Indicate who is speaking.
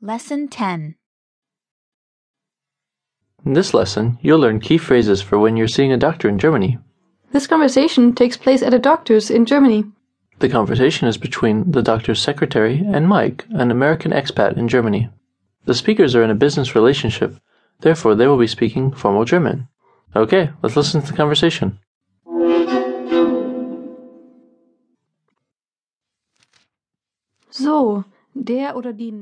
Speaker 1: Lesson 10
Speaker 2: In this lesson, you'll learn key phrases for when you're seeing a doctor in Germany.
Speaker 3: This conversation takes place at a doctor's in Germany.
Speaker 2: The conversation is between the doctor's secretary and Mike, an American expat in Germany. The speakers are in a business relationship, therefore, they will be speaking formal German. Okay, let's listen to the conversation.
Speaker 3: So, der oder die